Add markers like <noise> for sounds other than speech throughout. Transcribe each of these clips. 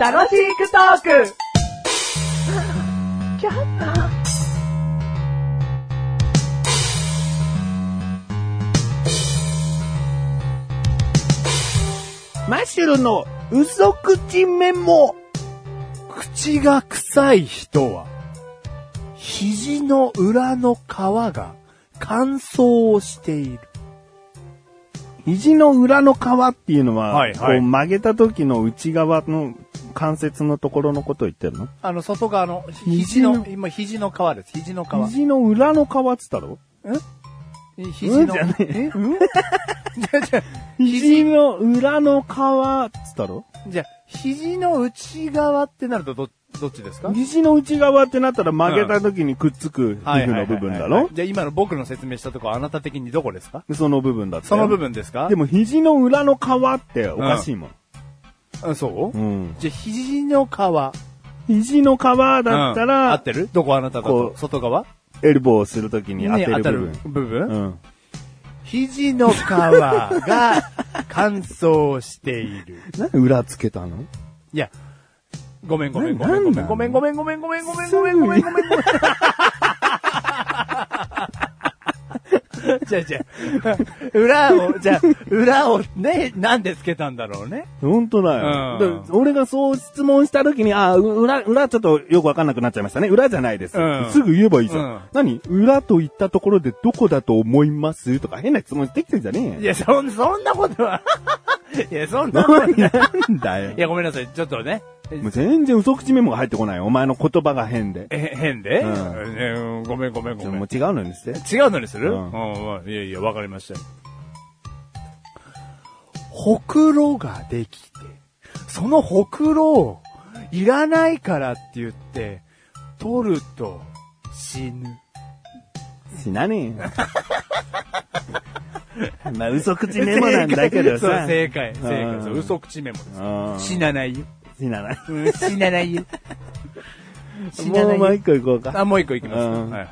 楽しくトークマッシュルの嘘口メモ。口が臭い人は、肘の裏の皮が乾燥をしている。肘の裏の皮っていうのは、はいはいこう曲げた時の内側の関節のところのことを言ってるのあの、外側の、肘ひ肘のの、今、肘の皮です。肘の皮。肘の裏の皮って言ったろ肘うんのじゃね、ええ <laughs> 肘の裏の皮って言ったろじゃあ、肘の内側ってなるとど、どっちですか肘の内側ってなったら曲げた時にくっつく皮膚の部分だろじゃあ、今の僕の説明したとこあなた的にどこですかその部分だって。その部分ですかでも肘の裏の皮っておかしいもん。あそううん。じゃあ、肘の皮。肘の皮だったうん合らっ、てるどこあなただ。こと外側エルボーをするときに当てねる当た部る分。部分、うん。肘の皮が乾燥している。なんで裏つけたの <laughs> いや、ごめんごめんごめんななんなのごめんごめんごめんごめんごめんごめんごめんごめんごめんごめんごめん。じゃあじゃ <laughs> あ、裏を、じゃあ、裏をね、なんでつけたんだろうね。本当だよ。うんだから俺がそう質問したときに、あー、う裏、裏ちょっとよくわかんなくなっちゃいましたね。裏じゃないです。うんすぐ言えばいいじゃん。うん何裏と言ったところでどこだと思いますとか変な質問してきてんじゃねいえよ。や、そん、そんなことは。 <laughs> いや、そんなことはな <laughs> ない。いなんだよ。や、ごめんなさい。ちょっとね。もう全然嘘口メモが入ってこないよ。お前の言葉が変で。え、変で、ううんん、ごめんごめんごめんもう。違うのにして。違うのにする、ううんん、うんいやいや、わかりましたよ。ほくろができて、そのほくろをいらないからって言って、取ると死ぬ。死な <laughs> ねえよ。まあ、嘘口メモなんだけどさ。そう正解、正うん解。そう嘘口メモでうんす。死なないよ。死なない。うん死なない <laughs> よ。死なもなういもうよ。一個行こうか。 <laughs> あ、もう一個いきます、うんはいはい。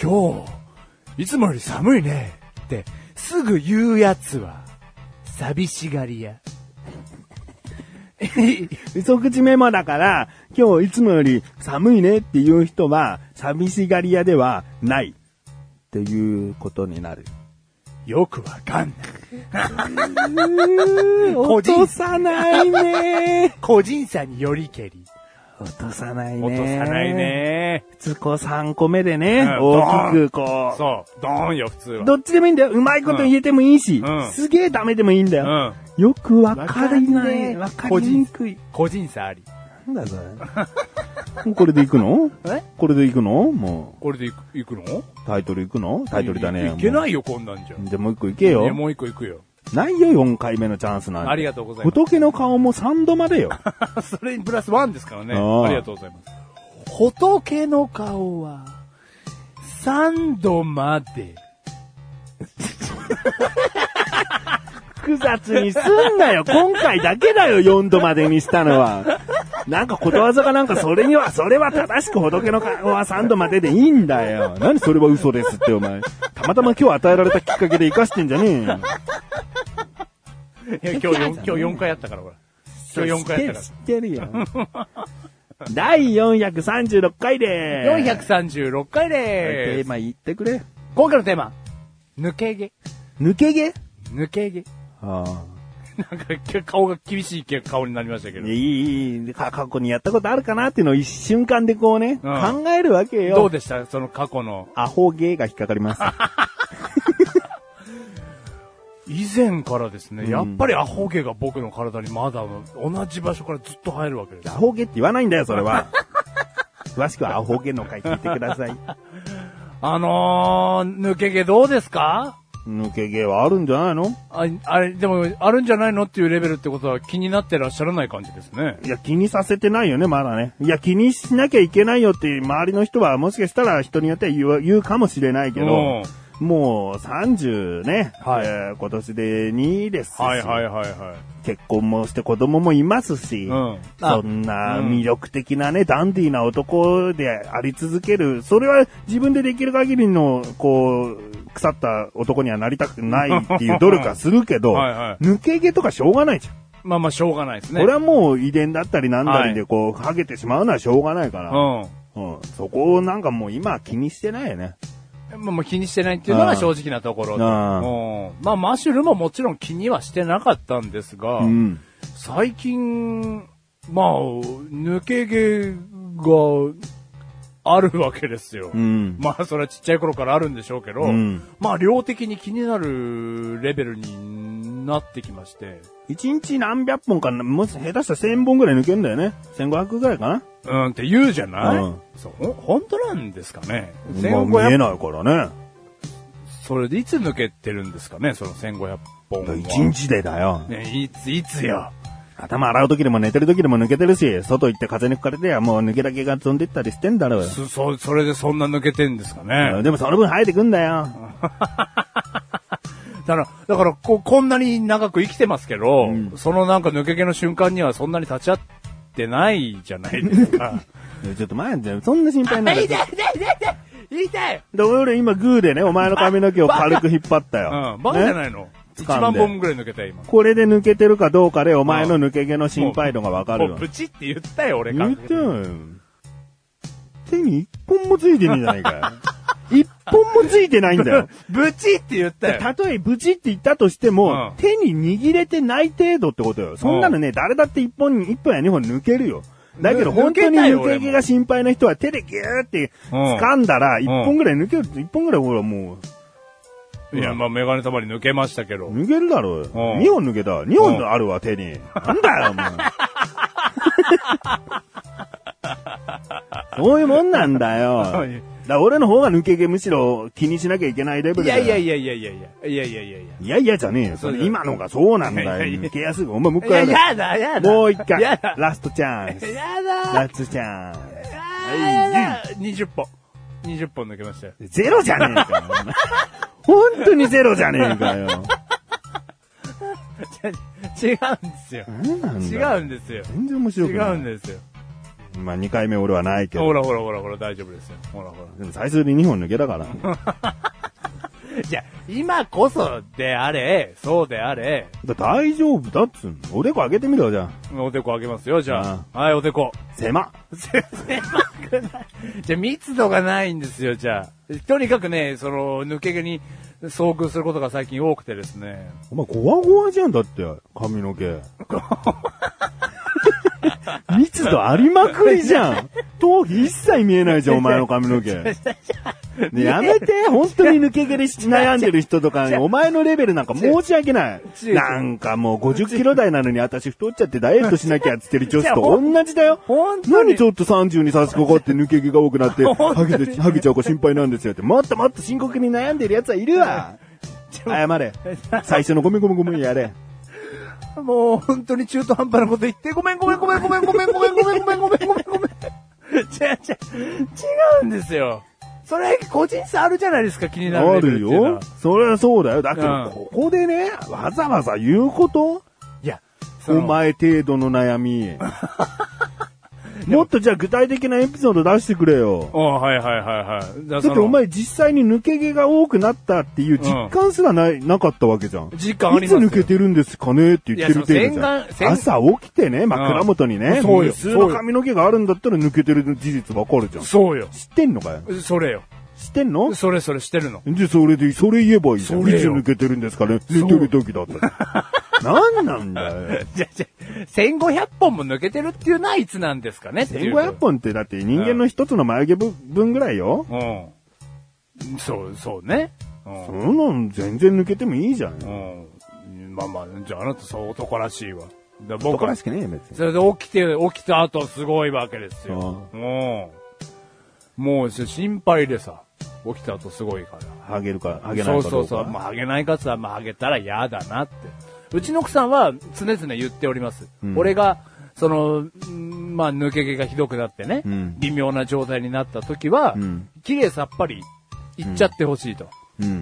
今日、いつもより寒いねって、すぐ言うやつは、寂しがり屋。 <laughs> 嘘口メモだから、今日いつもより寒いねっていう人は、寂しがり屋ではない。っていうことになる。よくわかんない。個落と人さない <laughs> ね個人差によりけり。落とさないね落とさない。ね普通こう3個目でね、うん大きくこう。そう、ドーンよ、普通は。どっちでもいいんだよ。うまいこと言えてもいいし、うんすげえダメでもいいんだよ。うん。よくわかりない。わわかかんないりにくい。個人差あり。なんだそれ。もうこれでいくのえこれでいくのもこれでいく、いくのう、タイトルいくのタイトルだね。いいけないいよ、こんなんじゃ。で、もう一個いけいやよ。もう一個いくよ。ないよ、4回目のチャンスなんてありがとうございます。仏の顔も3度までよ。 <laughs> それにプラスワンですからね。あーありがとうございます。仏の顔は、三度まで。 <laughs> 複雑にすん <laughs> なよ。今回だけだよ、4度までにしたのは。なんかことわざかなんかそれには、それは正しく仏の顔は3度まででいいんだよ。何それは嘘ですってお前。たまたま今日与えられたきっかけで生かしてんじゃねえよ。いや、 <laughs> 今日4、今日4回やったから、ほら。今日4回やった知かってるよ。第436回でら。ーす。 436回テでーーす。マ言ってくれ。今回のテーマ、抜け毛。抜け毛抜け毛。あなんか、顔が厳しい顔になりましたけあ。どい。い、いい、か過去にやったことあるかなっていうのを一瞬間でこうね、うん考えるわけよ。どうでしたその過去の。アホゲーが引っかかり <laughs> ます。以前からですね、うんやっぱりアホ毛が僕の体にまだ同じ場所からずっと生えるわけですア。ホゲーって言わないんだよ、それは。詳しくはアホゲーの回聞いてください。あのー、抜け毛どうですか抜け毛はあるんじゃないのああれ、でも、あるんじゃないのっていうレベルってことは気になってらっしゃらない感じですね。いや、気にさせてないよね、まだね。いや、気にしなきゃいけないよって、周りの人はもしかしたら人によっては言う言うかもしれないけど、もう30ね、はいえー今年で2ですし、はいはいはいはい。結婚もして子供もいますし、うん。そんなうん魅力的なね、ダンディーな男であり続ける、それは自分でできる限りの、こう、腐った男にはなりたくないっていう努力はするけど、 <laughs> はいはい抜け毛とかしょうがないじゃん。まあまあ、しょうがないですね。これはもう遺伝だったりなんだりはでこう、はげてしまうのはしょうがないから、うん。うん。そこをなんかもう今は気にしてないよね。まあまあ気にしてないっていうのが正直なところ。ううんんまあマッシュルももちろん気にはしてなかったんですが、うん。最近、まあ、抜け毛があるわけですよ。うん。まあそれはちっちゃい頃からあるんでしょうけど、うんまあ量的に気になるレベルになってきまして、一日何百本かな、もう下手したら千本ぐらい抜けるんだよね。千五百ぐらいかな。うんって言うじゃない、うんそうほ本当なんですかねまあ見え ?1500、ないからね。それでいつ抜けてるんですかねその1500本は。一日でだよ。ね、いつ、いつよ。頭洗う時でも寝てる時でも抜けてるし、外行って風に吹かれてやもう抜けだけが飛んでったりしてんだろうよ。そ、そ、それでそんな抜けてんですかうんね。でもその分生えてくんだよ。だから、だから、こう、こんなに長く生きてますけど、そのなんか抜け毛の瞬間にはそんなに立ち会ってないじゃないです <laughs> か。ちょっと前で、そんな心配ないい痛い痛い痛い痛いで、俺今グーでね、お前の髪の毛を軽く引っ張ったよ。うん、バカじゃねないの。一掴んで万本ぐらい抜けたよ今。これで抜けてるかどうかで、お前の抜け毛の心配度がわかるもよう。プチって言ったよ、俺が。言ってんよ手に一本もついてねえじゃないか <laughs> よ。一本もついてないんだよ。ブチって言ったよ。たとえブチって言ったとしても、うん手に握れてない程度ってことよ。そんなのね、誰だって一本に、一本や二本抜けるよ。だけどぬ抜本け当にたよ抜け毛が心配な人は手でギューってうん掴んだら、一ん本ぐらい抜ける、一本ぐらいほらもいや、まあ、メガネたまに抜けましたけどう、。抜けるだろううよ。ん二本抜けた。二本あるわ、手に。なんだよ、 <laughs> もう。そういうもんなんだよ。だはいから俺の方が抜け毛むしろ気にしなきゃいけないレベルいだやよ。いやいやいやいやいや。いやいやいやいや。いやいやじゃねえよ。それ今のがそうなんだいやいやいよ。や抜けやすい。お前もう一いや、回ややだ、やる。だ。もう一回。やだ。ラストチャンス。やだ。ラストチャンス。やだ。20本。20本抜けましたよ。ゼロじゃねえかよ。お前本当にゼロじゃねえかよ。違うんですよ。何なんだ違ようんですよ。全然面違白くない。うんですよ。まあ2回目俺はないけほど。らほらほらほら、大丈夫ですよ。ほらほでも最初で2本抜けた <laughs> から。ら。じゃあ今こそであれ、そうであれ、だ大丈夫だっつうの。おでこ上げてみろよ、じゃあ。おでこあげますよ、じゃあ。はい、おでこ。狭っ。全然甘くない。じゃあ密度がないんですよ、じゃあ。とにかくね、その、抜け毛に遭遇することが最近多くてですね。お前、ゴワゴワじゃんだって、髪の毛。密度ありまくりじゃん。頭皮一切見えないじゃん、お前の髪の毛。ねやめて、 <laughs> 本当に抜け毛で悩んでる人と <laughs> か、お前のレベルなんか申し訳ない。違う違うなんかもう50キロ台なのに私太っちゃってダイエットしなきゃっつってる女子と同じだよ。本当に何ちょっと30に差し掛かって抜け毛が多く <laughs> なって、本当ハにゲて、ハゲちゃうか心配なんですよって。もっともっと深刻に悩んでる奴はいる <laughs> わ。謝 <laughs> れ。最初のごめんごめんごめんや <laughs> れ。もう本当に中途半端なこと言って、ごめんごめんごめんごめんごめんごめんごめんごめんごめんごめんごめん。違う違う、違うんですよ。それ個人差あるじゃないですか、気になるあレベルってるいうのは。よ。それはそうだよ。だけうんど、ここでね、わざわざ言うこといや、そおの、前程度の悩 <laughs> み。もっとじゃあ具体的なエピソード出してくれよ。おはいはいはいはい。だだってお前、前実際に抜け毛が多くなったっていう実感すらない、なかったわけじゃん。実感ありいますつよ抜けてるんですかねって言ってる程い度じやその洗顔ゃん。朝起きてね、枕元にね、うんそう無よ数の髪の毛があるんだったら抜けてる事実わかるじゃん。知そうよ。ってんのかよ。それよ。知ってんのそれそれしてるの。で、それで、それ言えばいいじゃん。それいつよ抜けてるんですかね寝てる時だ <laughs> った。なんなんだよ。じゃ、じゃ、1500本も抜けてるっていうのはいつなんですかねっていう1500本ってだって人間の一つの眉毛分ぐらいよ。うん。そう、そうね。うんそんなん全然抜けてもいいじゃん。うん。まあまあ、じゃああなたそう男らしいわ。だ僕男はらしくねえよ、別に。それで起きて、起きた後すごいわけですよ。うもうん。もうし心配でさ、起きた後すごいから。ハゲるか、ハゲないかどうか。そうそうそう。まあ、ハゲないかつは、まあ、ハゲたら嫌だなって。うちの奥さんは常々言っております。ん俺が、その、うんまあ、抜け毛がひどくなってね、うん微妙な状態になった時は、うん綺麗さっぱり、いっちゃってほしいと。うん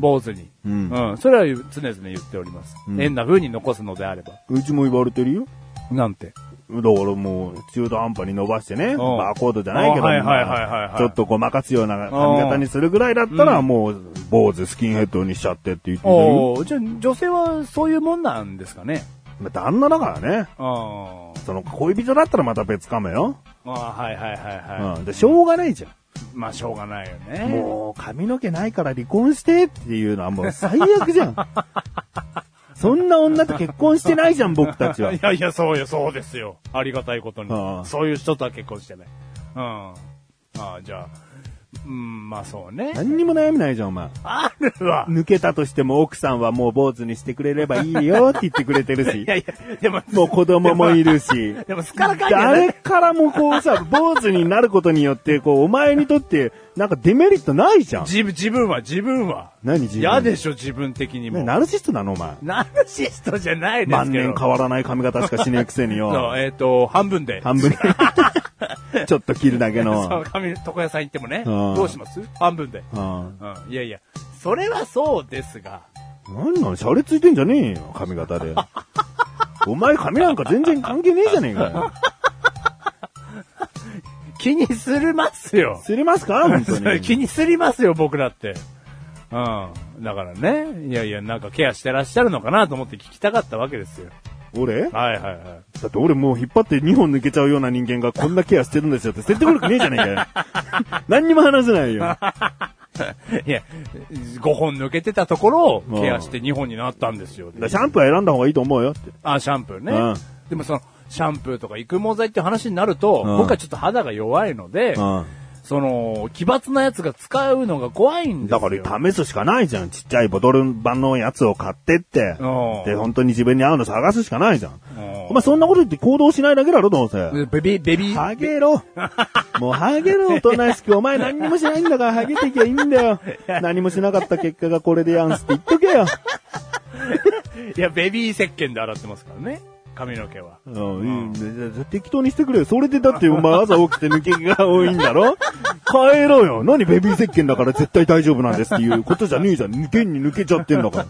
坊主に、うんそれは常々言っております。変な風に残すのであれば。うちも言われてるよ。なんて。だからもう、中途半端に伸ばしてね、んバーコードじゃないけども、あはいはいはいはいはいちょっとごまかすような髪型にするぐらいだったら、もう、坊主スキンヘッドにしちゃってって言ってたよ。おーじゃあ女性はそういうもんなんですかね。まあ旦那だからね、あーその恋人だったらまた別かもよ。あー、はいはいはいはうん。で、しょうがないじゃん。い。まあしょうがないよね。。もう髪の毛ないから離婚してっていうのはもう最悪じゃん。そんな女と結婚してないじゃん、僕たちはいやいや、そうよ、そうですよ。ありがたいことに。ああそういう人とは結婚してない。うん。ああ、じゃあ、うん、まあそうね。何にも悩みないじゃん、お前。あるわ。抜けたとしても奥さんはもう坊主にしてくれればいいよって言ってくれてるしい。やいや、でも、もう子供もいるし。でも、すからかいんだよね誰からもこうさ、坊主になることによって、こう、お前にとって、なんかデメリットないじゃん。自分、自分は、自分は。何自分嫌でしょ、自分的にも。ね、ナルシストなの、お前。ナルシストじゃないですけど。万年変わらない髪型しかしねえくせに <laughs> よの。えっ、と、半分で。半分。ちょっと切るだけ <laughs> そう、の。髪、床屋さん行ってもね。うんどうします半分で。うん。うん。いやいや、それはそうですが。何なのシャレついてんじゃねえよ、髪型で。お前髪なんか全然関係ねえじゃねえかよ。気にするますよ。すりますか <laughs> 本当に。気にすりますよ、僕らって。うん。だからね、いやいや、なんかケアしてらっしゃるのかなと思って聞きたかったわけですよ。俺はいはいはだって俺もう引っ張って2本抜けちゃうような人間がこんなケアしてるんですよって説得力ねえじゃねえかよ。何にも話せないよ。い。いや、5本抜けてたところをうんケアして2本になったんですよ。シャンプーは選んだ方がいいと思うよって。あ、シャンプーね。うんでもその、シャンプーとか育毛剤って話になると、うん僕はちょっと肌が弱いので、その、奇抜なやつが使うのが怖いんですだよ。から試すしかないじゃん。ちっちゃいボトル版のやつを買ってってうん。で、本当に自分に合うの探すしかないじゃん。んお前そんなこと言って行動しないだけだろ、どうせ。ベビー、ベビー、ハゲろ。もうハゲろ、おとなしく。お前何にもしないんだから、ハゲてきゃいいんだよ。何もしなかった結果がこれでやんすって言っとけよ。いや、ベビー石鹸で洗ってますからね。髪の毛は。うん、うん、適当にしてくれよ。それでだって、お前朝起きて抜け毛が多いんだろ帰ろよ。何ベビー石鹸だから絶対大丈夫なんですっていうことじゃねえじゃん。抜けに抜けちゃってんだから。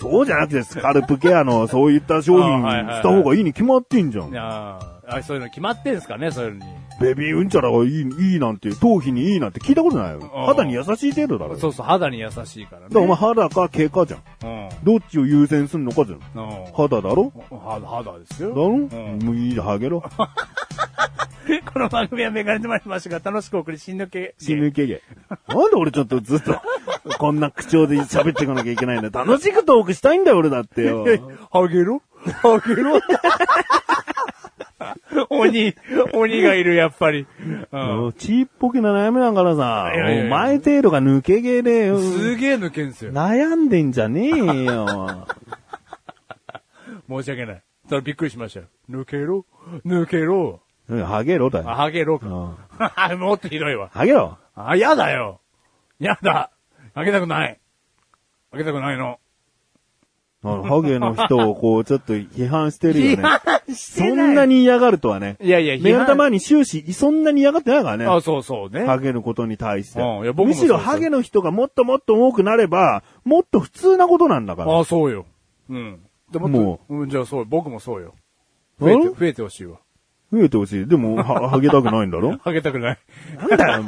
そうじゃなくて、スカルプケアのそういった商品あはいはいはいした方がいいに決まってんじゃんい。やーあそういうの決まってんすかね、そういうのに。ベビーうんちゃらがいい、いいなんて、頭皮にいいなんて聞いたことないよ。あ肌に優しい程度だろ。そうそう、肌に優しいからだからおね。前肌か毛かじゃん。うん。どっちを優先すんのかじゃん。うん肌だろは肌ですだよ。ろ、ん <laughs> もういいじゃん、ハゲろ。この番組はメガネとまりましたが、楽しくお送り、新抜け。死ぬけげ。なんで俺ちょっとずっと、こんな口調で喋っていかなきゃいけないんだよ楽しくトークしたいんだよ、俺だってよ。ハゲろハゲろ <laughs> 鬼、鬼がいる、やっぱり。うん。もうちっぽけな悩みなんからさ、いやいやいやお前程度が抜け毛で、よすげえ抜けんすよ。悩んでんじゃねえよ。申し訳ない。それびっくりしましたよ。抜けろ抜けろハゲろだあ、よ。ハゲろうか。ん <laughs> もっとひどいわ。ハゲろ。あ、やだよ。やだ。あげたくない。あげたくないの。あのハゲの人をこう、ちょっと批判してるよ <laughs> ね。しそんなに。に嫌がるとはね。いやいや批判目の玉に終始、そんなに嫌がってないからね。あ、そうそうね。 <laughs> ハゲることに対して。うんいや僕もむしろそうですよハゲの人がもっともっと多くなれば、もっと普通なことなんだから。あ、そうよ。うん。でももうん、じゃあそう、僕もそうよ。増えうんて、増えてほしいわ。 <laughs> 増えてほしい。でも、は、ハゲたくないんだろあげたくない。なんだよ。